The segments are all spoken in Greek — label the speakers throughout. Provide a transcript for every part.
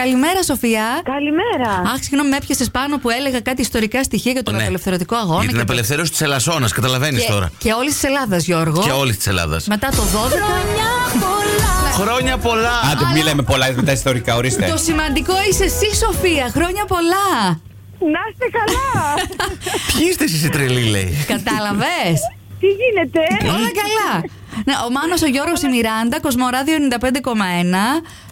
Speaker 1: Καλημέρα, Σοφία.
Speaker 2: Καλημέρα.
Speaker 1: Αχ, συγγνώμη, με έπιασες πάνω που έλεγα κάτι ιστορικά στοιχεία για τον
Speaker 3: Ναι.
Speaker 1: απελευθερωτικό αγώνα.
Speaker 3: Για την
Speaker 1: και-
Speaker 3: απελευθέρωση της Ελασσόνας, καταλαβαίνεις
Speaker 1: και,
Speaker 3: τώρα.
Speaker 1: και όλης της Ελλάδας, Γιώργο.
Speaker 3: Και όλης της Ελλάδας.
Speaker 1: Μετά το 12.
Speaker 3: Χρόνια πολλά!
Speaker 4: Άντε, μη λέμε πολλά μετά ιστορικά, ορίστε.
Speaker 1: Ναι. Το σημαντικό είσαι εσύ, Σοφία. Χρόνια πολλά.
Speaker 2: Να είστε καλά.
Speaker 3: Ποιοι είστε εσείς οι τρελοί, λέει.
Speaker 1: Κατάλαβες.
Speaker 2: Τι γίνεται.
Speaker 1: Όλα καλά. Ναι, ο Μάνος, ο Γιώργος, η Μιράντα, Κοσμοράδιο 95,1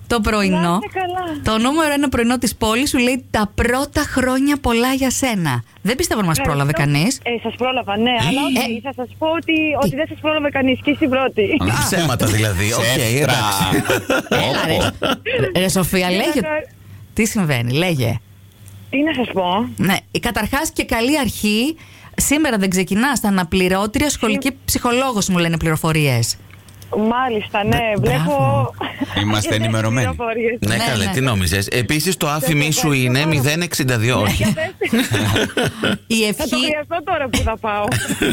Speaker 1: το
Speaker 2: Να
Speaker 1: πρωινό.
Speaker 2: είστε καλά.
Speaker 1: Το νούμερο ένα πρωινό της πόλης σου λέει τα πρώτα χρόνια πολλά για σένα. Δεν πιστεύω να μας πρόλαβε κανείς.
Speaker 2: Ε, σας πρόλαβα, ναι. Αλλά όχι,
Speaker 1: Ε.
Speaker 2: θα σας πω ότι, ότι δεν σας πρόλαβε κανείς και στην πρώτη.
Speaker 3: Ψέματα δηλαδή. Οκ,
Speaker 4: Ψεύτρα.
Speaker 3: εντάξει.
Speaker 1: Έλα, ρε. Ρε Σοφία, λέγε. Τι συμβαίνει, λέγε.
Speaker 2: Τι να σας πω.
Speaker 1: Ναι, καταρχάς και καλή αρχή. Σήμερα δεν ξεκινάς. Τα αναπληρώτρια σχολική ψυχολόγος μου λένε πληροφορίες.
Speaker 2: Μάλιστα, ναι.
Speaker 1: Μπ-
Speaker 2: Βλέπω.
Speaker 1: μπράβο.
Speaker 4: Είμαστε ενημερωμένοι.
Speaker 2: Πληροφορίες.
Speaker 3: Ναι,
Speaker 1: Ναι,
Speaker 3: καλέ,
Speaker 1: ναι.
Speaker 3: τι νόμιζες. Επίσης το Ναι, άφημί σου είναι 062.
Speaker 1: Η
Speaker 3: Όχι.
Speaker 2: Θα το
Speaker 1: ευχή.
Speaker 2: χρειαστώ τώρα που θα πάω.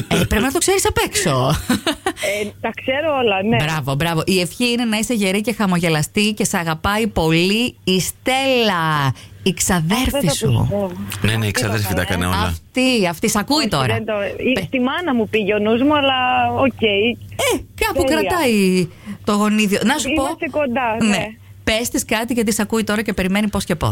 Speaker 1: Ε, πρέπει να το ξέρεις απ' έξω.
Speaker 2: Ε, τα ξέρω όλα, ναι.
Speaker 1: Μπράβο, μπράβο. Η ευχή είναι να είσαι γερή και χαμογελαστή και σε αγαπάει πολύ η Στέλλα, η
Speaker 2: Δεν
Speaker 1: ξαδέρφη
Speaker 2: το
Speaker 1: σου.
Speaker 2: πιστεύω.
Speaker 3: Ναι, ναι, η ξαδέρφη τα έκανε όλα.
Speaker 1: Αυτή, αυτή, σ' ακούει
Speaker 2: Όχι,
Speaker 1: τώρα.
Speaker 2: δεν το-
Speaker 1: Πε-
Speaker 2: ε, Στη μάνα μου πήγε ο νους μου, αλλά οκ.
Speaker 1: Ε, κάπου
Speaker 2: Τέλεια.
Speaker 1: κρατάει το γονίδιο. Να σου πω.
Speaker 2: Είμαστε κοντά, ναι.
Speaker 1: Πες της κάτι γιατί σε ακούει τώρα και περιμένει πώς και πώς.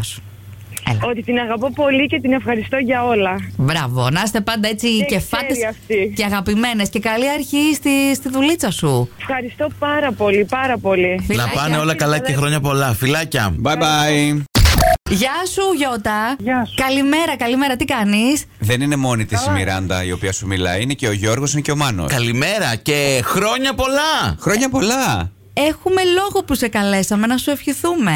Speaker 1: Έλα.
Speaker 2: Ότι την αγαπώ πολύ και την ευχαριστώ για όλα.
Speaker 1: Μπράβο. Να είστε πάντα έτσι
Speaker 2: ξέρει
Speaker 1: κεφάτε
Speaker 2: αυτή.
Speaker 1: και αγαπημένες. Και καλή αρχή στη, στη δουλίτσα σου.
Speaker 2: Ευχαριστώ πάρα πολύ, πάρα πολύ.
Speaker 3: Να
Speaker 1: Φιλάκια.
Speaker 3: πάνε όλα καλά και χρόνια πολλά. Φιλάκια.
Speaker 4: Bye bye.
Speaker 1: Γεια σου, Γιώτα.
Speaker 2: Γεια σου.
Speaker 1: Καλημέρα, καλημέρα. Τι κάνεις.
Speaker 4: Δεν είναι μόνη της η Μιράντα η οποία σου μιλάει, είναι και ο Γιώργος, είναι και ο Μάνος.
Speaker 3: Καλημέρα και χρόνια πολλά!
Speaker 4: Χρόνια πολλά!
Speaker 1: Έχουμε λόγο που σε καλέσαμε να σου ευχηθούμε.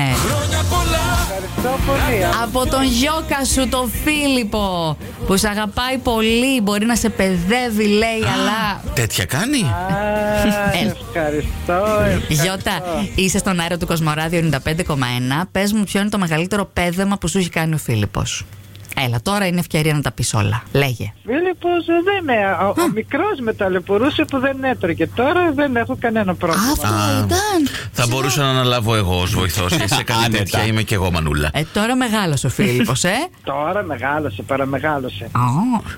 Speaker 1: Από τον γιώκα σου, τον Φίλιππο, που σε αγαπάει πολύ. Μπορεί να σε παιδεύει, λέει, αλλά.
Speaker 3: Τέτοια κάνει.
Speaker 1: Έλα.
Speaker 5: Ευχαριστώ.
Speaker 1: Γιώτα, είσαι στον αέρα του Κοσμοράδιο 95,1. Πες μου, ποιο είναι το μεγαλύτερο πέδεμα που σου έχει κάνει ο Φίλιππος. Έλα, τώρα είναι ευκαιρία να τα πεις όλα. Λέγε.
Speaker 5: Φίλιππος ε, δεν με. Ο, ο μικρός με ταλαιπωρούσε που δεν έτρωγε. Τώρα δεν έχω κανένα πρόβλημα.
Speaker 1: Αυτό ήταν.
Speaker 3: Θα μπορούσα να αναλάβω εγώ ως βοηθός. Σε κάτι
Speaker 4: Άνετα.
Speaker 3: τέτοια είμαι και εγώ, Μανούλα.
Speaker 1: Ε, τώρα μεγάλο ο Φίλιππος, ε.
Speaker 5: Τώρα μεγάλωσε, παραμεγάλωσε.
Speaker 1: Ω,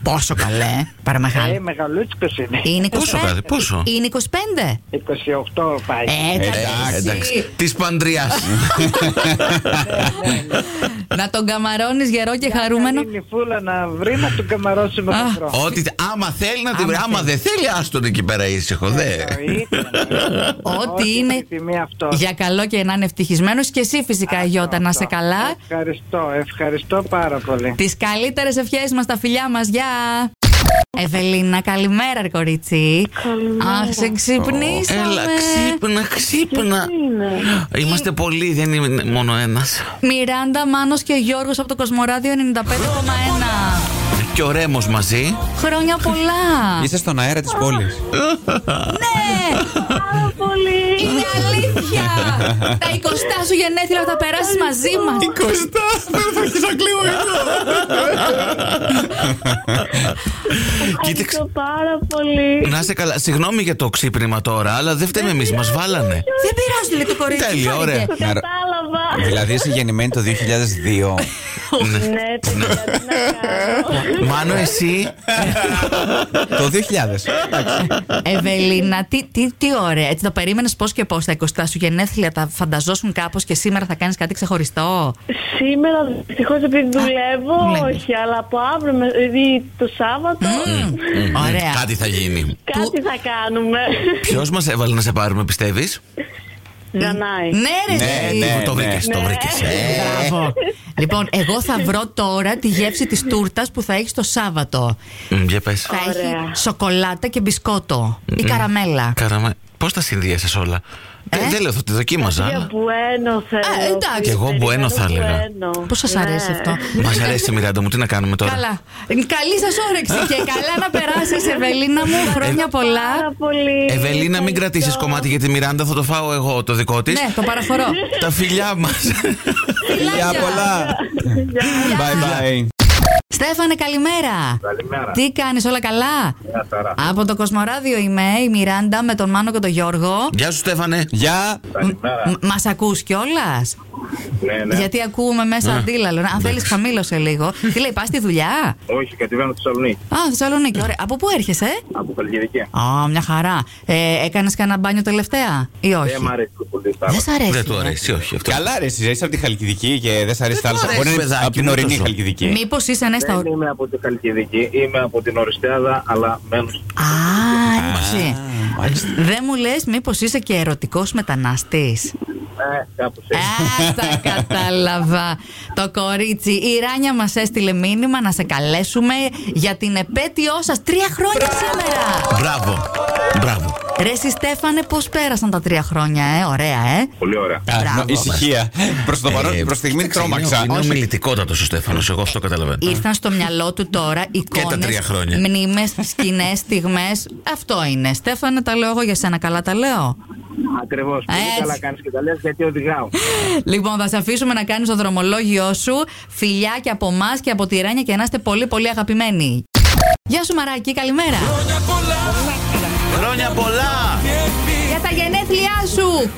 Speaker 1: πόσο καλέ.
Speaker 5: Ε,
Speaker 1: Παραμεγάλο.
Speaker 5: μεγαλούτσικος είναι.
Speaker 1: Είναι 25.
Speaker 3: Πόσο κάτι, πόσο.
Speaker 1: Είναι 25.
Speaker 5: 28 πάει.
Speaker 1: Ε,
Speaker 4: εντάξει.
Speaker 1: εντάξει.
Speaker 3: Της παντριάς.
Speaker 1: να τον καμαρώνεις γερό και χαρούμενο.
Speaker 5: Είναι η φούλα να βρει να τον καμαρώσουμε
Speaker 1: Α.
Speaker 5: μικρό.
Speaker 3: Ότι άμα θέλει να την βρει.
Speaker 1: Άμα
Speaker 3: Άμα δεν θέλει, άστον εκεί πέρα ήσυχο. Δε.
Speaker 5: Εννοείται, εννοείται.
Speaker 1: Ό,τι είναι
Speaker 5: προτιμεί αυτός.
Speaker 1: για καλό και να είναι ευτυχισμένος και εσύ φυσικά, Γιώτα, να σε
Speaker 5: Αυτό.
Speaker 1: καλά.
Speaker 5: Ευχαριστώ, ευχαριστώ πάρα πολύ.
Speaker 1: Τις καλύτερες ευχές μας, τα φιλιά μας, γεια! Ευελίνα, καλημέρα, ρε κορίτσι. Καλημέρα. Αχ, σε
Speaker 3: ναι.
Speaker 1: ξυπνήσαμε.
Speaker 3: Έλα, ξύπνα, ξύπνα. Είμαστε πολλοί, δεν είναι μόνο ένας.
Speaker 1: Μιράντα, Μάνος και Γιώργος από το Κοσμοράδιο 95,1.
Speaker 3: Και ο Ρέμος μαζί.
Speaker 1: Χρόνια πολλά.
Speaker 4: Είσαι στον αέρα της πόλης.
Speaker 1: ναι! Είναι αλήθεια! τα 20 σου γενέθλια θα τα περάσεις μαζί μας.
Speaker 3: Κοστά, δεν θα αρχίσω να κλείω Κοίταξε.
Speaker 2: πάρα πολύ.
Speaker 3: Να είσαι καλά. Συγγνώμη για το ξύπνημα τώρα, αλλά δεν φταίμε εμείς. Μας βάλανε.
Speaker 1: Δεν πειράζει, λέει το κορίτσι.
Speaker 3: Τέλεια,
Speaker 1: χάρηκε.
Speaker 3: ωραία.
Speaker 4: Να-
Speaker 2: Κατάλαβα.
Speaker 4: Δηλαδή είσαι γεννημένη το 2002.
Speaker 2: ναι, παιδιά, τι να
Speaker 3: Ναι.
Speaker 2: κάνω.
Speaker 3: Μάνο, εσύ.
Speaker 4: το 2000.
Speaker 1: Ευελίνα, τι, τι, τι ωραία. Έτσι το περίμενες πώς και πώς τα 20 σου γενέθλια, τα φανταζόσουν κάπως και σήμερα θα κάνεις κάτι ξεχωριστό.
Speaker 2: Σήμερα δυστυχώς επειδή
Speaker 3: ναι,
Speaker 2: δουλεύω,
Speaker 1: δουλεύεις.
Speaker 2: όχι, αλλά από αύριο, με- δηλαδή το Σάββατο,
Speaker 3: Ναι.
Speaker 1: Ωραία.
Speaker 3: Κάτι θα γίνει.
Speaker 2: κάτι θα κάνουμε.
Speaker 3: Ποιος μας έβαλε να σε πάρουμε, πιστεύεις.
Speaker 2: Ζανάει.
Speaker 1: Ναι, ρε,
Speaker 4: Ναι,
Speaker 1: εσύ.
Speaker 4: ναι.
Speaker 3: Το βρήκες, το ε. βρήκε.
Speaker 1: Μπράβο. λοιπόν, εγώ θα βρω τώρα τη γεύση της τούρτας που θα έχεις το Σάββατο.
Speaker 3: Για πες.
Speaker 1: Θα
Speaker 2: Ωραία.
Speaker 1: έχει σοκολάτα και μπισκότο ή καραμέλα.
Speaker 3: Καραμα... Πώς τα συνδύασες όλα.
Speaker 1: Ε?
Speaker 3: Δεν, δεν λέω, θα τη
Speaker 2: Για
Speaker 3: δοκίμαζα.
Speaker 2: Μπουένο
Speaker 1: Ε,
Speaker 2: θέλω.
Speaker 1: εντάξει.
Speaker 3: Κι εγώ Μπουένο θα έλεγα.
Speaker 1: Πώ
Speaker 6: Ναι.
Speaker 1: σα αρέσει
Speaker 2: Ναι.
Speaker 1: αυτό.
Speaker 3: Μας αρέσει η Μιράντα μου, τι να κάνουμε τώρα.
Speaker 1: Καλά. Καλή σας όρεξη και καλά να περάσεις, Ευελίνα
Speaker 4: Ε,
Speaker 1: μου. Χρόνια πολλά.
Speaker 2: Πάρα πολύ.
Speaker 3: Ευελίνα, μην κρατήσεις κομμάτι για τη Μιράντα, θα το φάω εγώ το δικό της.
Speaker 1: Ε, Ναι, το παραφορώ.
Speaker 3: Τα φιλιά μας.
Speaker 4: Φιλιά πολλά!
Speaker 2: Γεια.
Speaker 4: Bye bye.
Speaker 1: Στα Στέφανε, καλημέρα.
Speaker 7: Καλημέρα.
Speaker 1: Τι κάνεις, όλα καλά.
Speaker 7: Μια χαρά.
Speaker 1: Από το Κοσμοράδιο είμαι, η Μιράντα με τον Μάνο και τον Γιώργο.
Speaker 3: Γεια σου, Στέφανε.
Speaker 4: Γεια!
Speaker 7: Καλημέρα.
Speaker 1: Μας ακούς κιόλας.
Speaker 7: Ναι, ναι.
Speaker 1: Γιατί ακούμε μέσα αντίλαλο. Αν θέλεις, χαμήλωσε λίγο. Τι λέει, πας στη δουλειά.
Speaker 7: Όχι, κατεβαίνω στη Θεσσαλονίκη.
Speaker 1: Α, Θεσσαλονίκη, ωραία. Από πού έρχεσαι, ε?
Speaker 7: Από Χαλκιδική.
Speaker 1: Α, μια χαρά. Ε, Έκανες κανένα μπάνιο τελευταία ή όχι.
Speaker 7: Δεν Ε, μ' αρέσει το πολύ
Speaker 1: Δεν σ' αρέσει.
Speaker 3: Δεν του αρέσει, όχι αυτό.
Speaker 4: Καλά, ρε, εσύ είσαι από τη Χαλκιδική και δεν σ' αρέσει η θάλασσα.
Speaker 3: αρέσει,
Speaker 4: Μπορεί να είναι
Speaker 3: παιδάκι
Speaker 4: από την
Speaker 3: μου,
Speaker 4: ορεινή
Speaker 3: τόσο.
Speaker 4: Χαλκιδική.
Speaker 1: Μήπως είσαι ένας στα
Speaker 7: Δεν
Speaker 1: ορ-
Speaker 7: είμαι από τη Χαλκιδική, είμαι από την Οριστιάδα, αλλά μένω. στη-
Speaker 1: Α, έτσι.
Speaker 4: μάλιστα.
Speaker 1: Δεν μου λες, μήπως είσαι και ερωτικός μεταναστής.
Speaker 7: Ε, κάπως έτσι.
Speaker 1: Άστα, κατάλαβα. Το κορίτσι, η Ράνια μας έστειλε μήνυμα να σε καλέσουμε για την επέτειό σας. Τρία χρόνια σήμερα.
Speaker 3: Μπράβο. Μπράβο.
Speaker 1: Ρε, εσύ Στέφανε, πώς πέρασαν τα τρία χρόνια, ε, ωραία, ε.
Speaker 7: Πολύ ωραία.
Speaker 4: Α,
Speaker 1: Μπράβο.
Speaker 4: νο- Ησυχία. Προς το παρόν, προς τη στιγμή
Speaker 3: Ε, κοίταξε,
Speaker 4: τρόμαξα.
Speaker 3: Είναι, είναι ομιλητικότατο ο Στέφανος, εγώ αυτό καταλαβαίνω.
Speaker 1: Ήρθαν στο μυαλό του τώρα
Speaker 3: τα
Speaker 1: εικόνε,
Speaker 3: τρία χρόνια.
Speaker 1: μνήμες, σκηνές, στιγμές. Αυτό είναι. Στέφανε, τα λέω εγώ για σένα. Καλά τα λέω.
Speaker 7: Ακριβώς. Πολύ
Speaker 1: Έτσι.
Speaker 7: καλά κάνεις και τα λες γιατί οδηγάω.
Speaker 1: Λοιπόν, θα σε αφήσουμε να κάνεις το δρομολόγιο σου. Φιλιά και από εμάς και από τη Ράνια και να είστε πολύ, πολύ αγαπημένοι. Γεια σου, Μαράκη, καλημέρα.
Speaker 3: Χρόνια πολλά!
Speaker 1: Για τα γενέθλιά σου.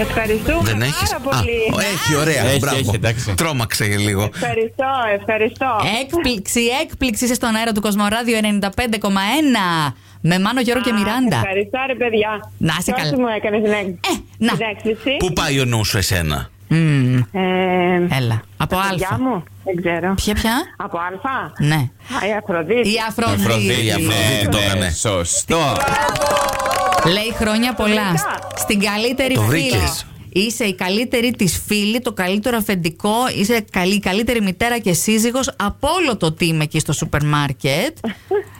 Speaker 5: Ευχαριστούμε
Speaker 3: Δεν έχεις.
Speaker 5: πάρα πολύ.
Speaker 1: ε.
Speaker 3: Έχει, ωραία.
Speaker 4: Έχει,
Speaker 3: μπράβο.
Speaker 4: έχει, εντάξει.
Speaker 3: Τρόμαξε λίγο.
Speaker 5: Ευχαριστώ, ευχαριστώ.
Speaker 1: Ε, Έκπληξη, έκπληξη είσαι στον αέρα του Κοσμοράδιο 95,1. Με Μάνο Γιώργο και
Speaker 5: Α,
Speaker 1: Μιράντα.
Speaker 5: Ευχαριστώ, ρε παιδιά.
Speaker 1: Να είσαι
Speaker 5: Τόσο
Speaker 1: καλά.
Speaker 5: μου έκανες την έκ-
Speaker 1: Ε, να.
Speaker 5: την έκπληξη.
Speaker 3: Πού πάει ο νους σου εσένα.
Speaker 1: Μμμ,
Speaker 5: Ε,
Speaker 1: έλα. Από
Speaker 5: τα παιδιά
Speaker 1: Α.
Speaker 5: μου, δεν ξέρω.
Speaker 1: Ποια, ποια.
Speaker 5: Από Α.
Speaker 1: Ναι.
Speaker 5: Α, η Αφροδίτη.
Speaker 1: Η
Speaker 4: Αφροδίτη,
Speaker 3: Η Αφροδίτη
Speaker 4: ναι,
Speaker 3: το
Speaker 4: ναι,
Speaker 3: έκανε.
Speaker 4: Σωστό.
Speaker 1: Λέει χρόνια πολλά.
Speaker 5: βρήκα.
Speaker 1: Στην καλύτερη
Speaker 3: Το
Speaker 1: φίλη.
Speaker 3: βρήκες.
Speaker 1: Είσαι η καλύτερη της φίλη, το καλύτερο αφεντικό, είσαι καλή, η καλύτερη μητέρα και σύζυγος από όλο το team εκεί στο σούπερ μάρκετ.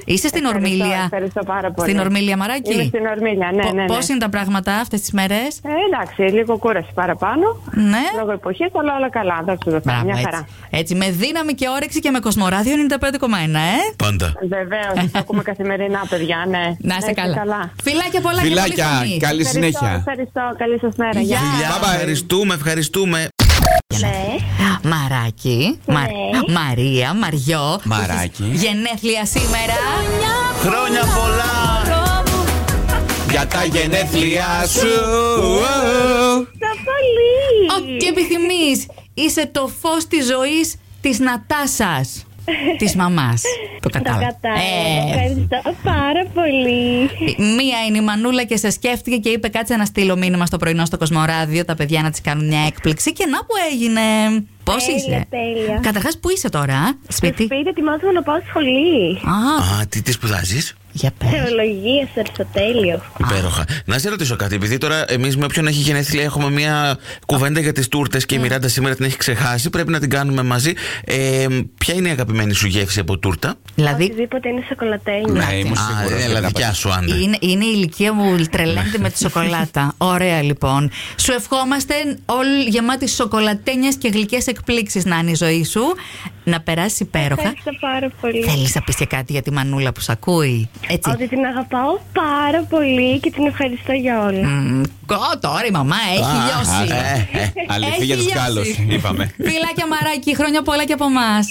Speaker 1: Είσαι στην
Speaker 5: Ευχαριστώ,
Speaker 1: Ορμήλια.
Speaker 5: ευχαριστώ πάρα πολύ.
Speaker 1: Στην Ορμήλια, Μαράκη.
Speaker 5: Είμαι στην Ορμήλια, ναι,
Speaker 1: Πο-
Speaker 5: ναι, ναι.
Speaker 1: Πώς είναι τα πράγματα αυτές τις μέρες.
Speaker 5: Ε, εντάξει, λίγο κούραση παραπάνω.
Speaker 1: Ναι.
Speaker 5: Λόγω εποχής, αλλά όλα καλά. Δόξα τω Θεώ, μια
Speaker 1: έτσι.
Speaker 5: χαρά.
Speaker 1: έτσι. με δύναμη και όρεξη και με Κοσμοράδιο 95,1, ε.
Speaker 3: Πάντα.
Speaker 5: Βεβαίως, το ακούμε καθημερινά, παιδιά, ναι.
Speaker 1: Να είστε καλά. Φιλάκια πολλά και
Speaker 4: Φιλάκια,
Speaker 1: πολύ χαμί.
Speaker 4: καλή
Speaker 5: Ευχαριστώ,
Speaker 4: συνέχεια.
Speaker 5: Ευχαριστώ, καλή σας μέρα.
Speaker 1: Γεια.
Speaker 5: Γεια.
Speaker 3: Φιλιά,
Speaker 4: Bye bye.
Speaker 3: ευχαριστούμε, ευχαριστούμε.
Speaker 2: Ε.
Speaker 1: Ε.
Speaker 6: Ναι.
Speaker 1: Μαράκι, Μα-
Speaker 6: Ναι.
Speaker 1: Μαρία, Μαριό.
Speaker 4: Μαράκι.
Speaker 1: έχεις Γενέθλια σήμερα.
Speaker 3: Χρόνια πολλά!
Speaker 4: Για τα γενέθλιά σου.
Speaker 1: Ό,τι επιθυμείς. Είσαι το φως της ζωής της Νατάσας. της μαμάς. Το κατάλαβα. Ε.
Speaker 6: Κατάλαβα. Ευχαριστώ πάρα πολύ.
Speaker 1: Μία είναι η Μανούλα και σε σκέφτηκε και είπε κάτσε να στείλω μήνυμα στο πρωινό στο Κοσμοράδιο τα παιδιά να της κάνουν μια έκπληξη και να που έγινε. Πώς
Speaker 6: Τέλεια,
Speaker 1: είσαι.
Speaker 6: τέλεια.
Speaker 1: Καταρχάς που είσαι τώρα, σπίτι.
Speaker 6: Σπίτι ετοιμάζομαι να πάω σχολή.
Speaker 1: Α,
Speaker 3: Α, τι, τι σπουδάζεις.
Speaker 1: για πες.
Speaker 6: Θεολογία στο Αριστοτέλειο.
Speaker 3: Υπέροχα. Να σε ρωτήσω κάτι, επειδή τώρα εμείς με όποιον έχει γενέθλια έχουμε μια κουβέντα για τις τούρτες και η Μιράντα σήμερα την έχει ξεχάσει. Πρέπει να την κάνουμε μαζί. Ε, ποια είναι η αγαπημένη σου γεύση από τούρτα,
Speaker 1: Δηλαδή
Speaker 6: Οτιδήποτε είναι σοκολατένια.
Speaker 4: Ναι, ήμουν
Speaker 3: Α,
Speaker 4: σίγουρος.
Speaker 3: είναι
Speaker 4: δεν τα
Speaker 3: δικιά σου,
Speaker 4: Ναι.
Speaker 3: Άννα.
Speaker 1: Είναι, είναι η ηλικία μου τρελαίνεται με τη σοκολάτα. Ωραία λοιπόν. Σου ευχόμαστε όλοι γεμάτοι σοκολατένιες και γλυκές εκπλήξεις να είναι η ζωή σου. Να περάσει υπέροχα.
Speaker 6: Ευχαριστώ πάρα πολύ.
Speaker 1: Θέλεις να πεις και κάτι για τη μανούλα που σ' ακούει. Έτσι.
Speaker 6: Ότι την αγαπάω πάρα πολύ και την ευχαριστώ για όλα.
Speaker 1: Μμμ, Κω, τώρα η μαμά έχει
Speaker 3: Α,
Speaker 1: λιώσει.
Speaker 3: α, ε, ε.
Speaker 4: Αληθή για τους
Speaker 1: Έχει
Speaker 4: κάλους,
Speaker 1: λιώσει.
Speaker 4: είπαμε.
Speaker 1: Φιλάκια μαράκι, χρόνια πολλά και από εμάς.